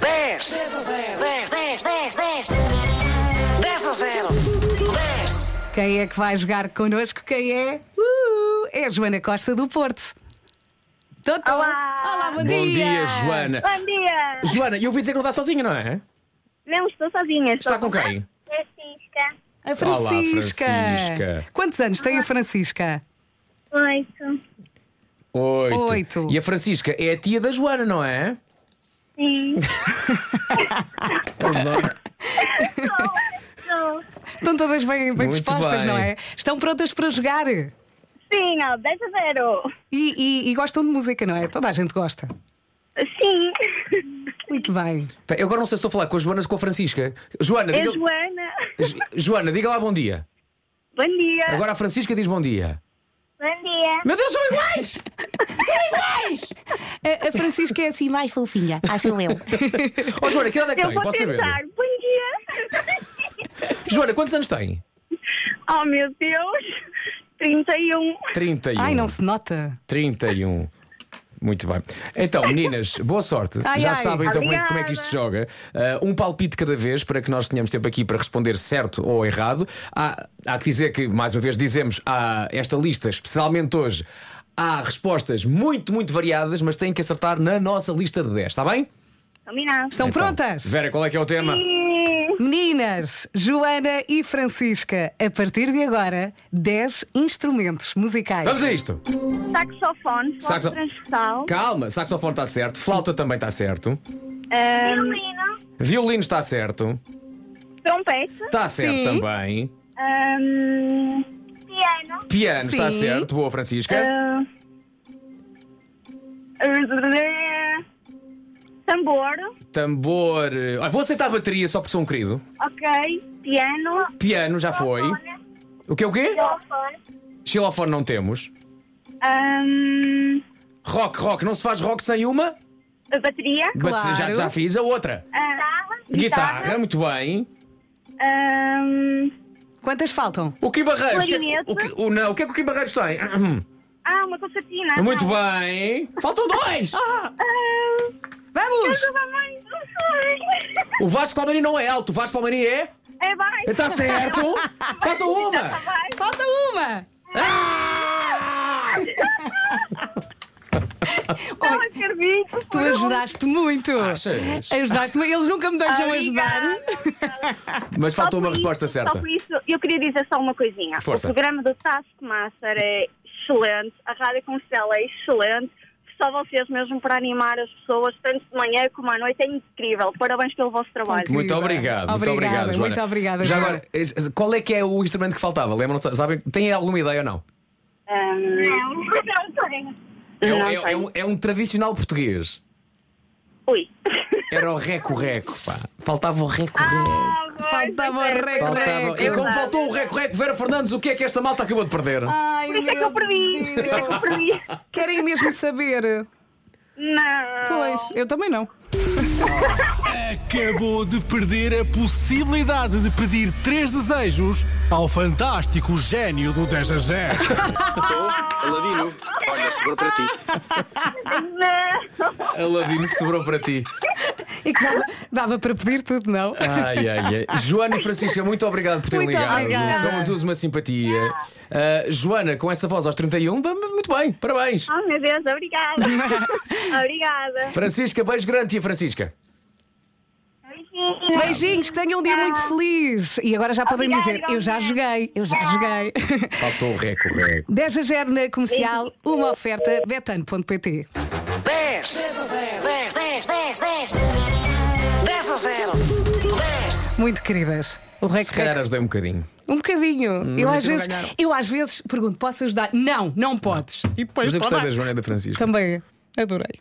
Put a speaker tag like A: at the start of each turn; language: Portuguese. A: 10. 10 a 0. 10, 10, 10, 10. 10 a 0. 10.
B: Quem é que vai jogar connosco? Quem é? Uhul, é a Joana Costa do Porto. Totó.
C: Olá.
B: Olá, bom,
D: Bom dia, Joana.
C: Bom dia!
D: Joana, eu ouvi dizer que não está sozinha, não é?
C: Não estou sozinha.
D: Está com quem?
C: Francisca.
B: A
D: Olá,
B: Francisca.
D: Francisca.
B: Quantos anos tem a Francisca?
C: Oito.
D: Oito.
B: Oito.
D: E a Francisca é a tia da Joana, não é?
C: Sim.
D: Adoro.
C: Sou.
B: Estão todas bem, bem
D: Muito
B: dispostas,
D: bem.
B: não é? Estão prontas para jogar. E,
C: Sim, ó, 10 a 0.
B: e- e gostam de música, não é? Toda a gente gosta.
C: Sim.
B: Muito bem.
D: Pá, Eu agora não sei se estou a falar com a Joana ou com a Francisca. Joana,
C: É
D: diga,
C: Joana.
D: Jo- Joana, diga lá bom dia.
C: Bom dia.
D: Agora a Francisca diz bom dia.
C: Bom dia.
D: Meu Deus, são iguais!
B: A, a Francisca é assim mais fofinha.
E: Acho eu.
D: Ó Joana, que idade é que
C: Eu
D: tem?
C: vou
D: Posso saber?
C: tentar. Bom dia.
D: Joana, quantos anos tem?
C: oh, meu Deus. 31.
D: 31.
B: Ai, não se nota.
D: 31. Muito bem. Então, meninas, boa sorte.
B: Ai,
D: Já
B: ai.
D: sabem então como é,
C: Obrigada.
D: como é que isto se joga. Ah, um palpite cada vez para que nós tenhamos tempo aqui para responder certo ou errado. Há, há que dizer que, mais uma vez, dizemos a esta lista, especialmente hoje, há respostas muito, muito variadas, mas têm que acertar na nossa lista de 10, está bem?
C: Combinado.
B: Estão
D: Então,
B: prontas?
D: Vera, qual é que é o tema?
C: Sim.
B: Meninas, Joana e Francisca, a partir de agora, 10 instrumentos musicais.
D: Vamos a isto.
C: Saxofone, flauta
D: Saxo-
C: transversal.
D: Calma, saxofone está certo, flauta também está certo,
C: ahm, Violino.
D: violino está certo,
C: Trompete.
D: está certo
B: Sim.
D: também,
C: ahm, Piano.
D: piano está
B: Sim.
D: certo, boa Francisca.
C: Ah, ah, Tambor,
D: Tambor. Olha, vou aceitar a bateria só porque sou um querido.
C: ok. Piano.
D: Piano já foi. O que é o quê? Xilofone não temos.
C: Ahm,
D: Rock, rock, não se faz rock sem uma?
C: hum, a bateria.
D: Bate-
B: Claro.
D: Já, já fiz a outra.
C: Ah,
D: Guitarra, muito bem.
C: Ahm,
B: Quantas faltam?
D: O Kim Barreiros. o que-
C: Clarinete.
D: O, que- o- não, o que é que o Kim Barreiros tem?
C: ah, uma concertina.
D: É Muito bem. Faltam dois.
C: Ah,
B: Vamos!
C: ajuda muito.
D: O Vasco Palmeirim não é alto. O Vasco Palmeirim é?
C: É tá baixo.
D: Está certo. Falta uma.
C: Baixo.
B: Falta uma!
D: Ah!
C: Estava servido.
B: Tu ajudaste muito!
D: Achas?
B: Ajudaste muito. Eles nunca me deixam ajudar.
D: Mas faltou uma
C: Só por
D: resposta
C: isso, Só
D: certa.
C: por isso, eu queria dizer só uma coisinha.
D: Força.
C: O programa do Taskmaster é excelente, a rádio comercial é excelente. Só vocês mesmo para animar as pessoas, tanto de manhã como à noite, é incrível. Parabéns pelo vosso trabalho.
B: Incrível.
D: Muito obrigado, muito
B: Obrigada,
D: obrigado, Joana.
B: muito obrigada,
D: Já
B: Joana.
D: agora, es- es- qual é que é o instrumento que faltava? Lembram-se? Sabem? Têm alguma ideia ou não?
C: Ahm, não,
D: É, um-
C: não
D: é- é um, é um tradicional português.
C: Ui.
D: Era o reco-reco, pá. Faltava o reco-reco.
C: Ah,
B: Faltava
C: pois é,
B: o recorde.
C: pois é.
D: Faltava- E
B: reco.
D: como faltou o reco-reco, Vera Fernandes, o que é que esta malta acabou de perder?
B: Ai,
C: Por isso é que
B: meu
C: eu perdi. Por isso é que eu
B: Deus.
C: perdi.
B: Querem mesmo saber?
C: Não.
B: Pois, eu também não.
F: Acabou é de perder a possibilidade de pedir três desejos ao fantástico gênio do 10 a 0.
G: Estou, Então, Aladino. Olha, sobrou para ti.
C: Não.
D: Aladino sobrou para ti.
B: E que dava, dava para pedir tudo, não?
D: Ai, ai, ai. Joana e Francisca, muito obrigado por terem
B: Muito
D: ligado.
B: obrigada.
D: São as duas uma simpatia. Ah, Joana, com essa voz aos 31, b- muito bem, parabéns.
C: Oh, meu Deus, obrigada. obrigada.
D: Francisca, beijo grande, tia Francisca.
B: Beijinhos, que tenham um dia muito feliz. E agora já podem
C: Obrigada,
B: dizer: Eu já
C: igualmente.
B: joguei, eu já joguei.
D: Faltou o reco-reco.
B: 10 a 0 na comercial, uma oferta betano.pt.
A: 10. 10 a 0. 10, 10, 10, 10. 10 a 0. 10.
B: Muito queridas. O rec
D: Se calhar as dei um bocadinho.
B: Um bocadinho. eu,
D: Hum. mas
B: às
D: eu não
B: vezes,
D: ganharam.
B: eu às vezes pergunto: Posso ajudar? Não, não podes. E depois
D: Mas é eu gostei
B: também-
D: da Joana e da Francisca.
B: também. Adorei.